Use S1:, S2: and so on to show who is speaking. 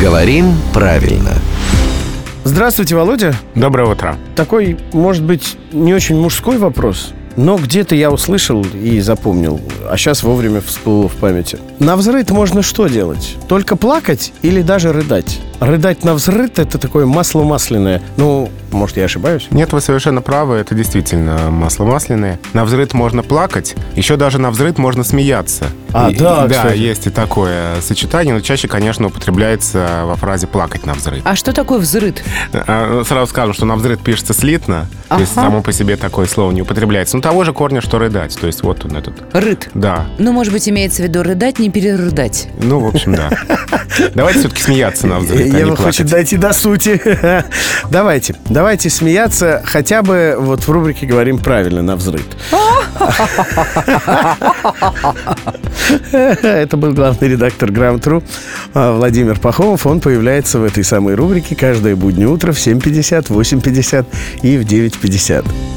S1: Говорим правильно.
S2: Здравствуйте, Володя.
S3: Доброе утро.
S2: Такой, может быть, не очень мужской вопрос, но где-то я услышал и запомнил, а сейчас вовремя всплыло в памяти. На взрыт можно что делать? Только плакать или даже рыдать? Рыдать на взрыт – это такое масло масляное. Ну, может, я ошибаюсь?
S3: Нет, вы совершенно правы, это действительно масло масляное. На взрыв можно плакать, еще даже на взрыв можно смеяться.
S2: А,
S3: И-
S2: да,
S3: Да,
S2: кстати.
S3: есть и такое сочетание, но чаще, конечно, употребляется во фразе «плакать на взрыв».
S4: А что такое взрыт?
S3: А, Сразу скажем, что на взрыв пишется слитно, то есть
S4: Ага.
S3: само по себе такое слово не употребляется. Ну, того же корня, что рыдать, то есть вот он этот.
S4: Рыт.
S3: Да,
S4: Ну, может быть, имеется в виду рыдать, не перерыдать.
S3: ну, в общем, да. Давайте все-таки смеяться на взрыв, а не
S2: Ева хочет
S3: плакать.
S2: дойти до сути. Давайте, давайте смеяться хотя бы вот в рубрике «Говорим правильно» на взрыв. Это был главный редактор Грамм-Тру Владимир Пахомов. Он появляется в этой самой рубрике каждое буднее утро в 7.50, 8.50 и в 9.50.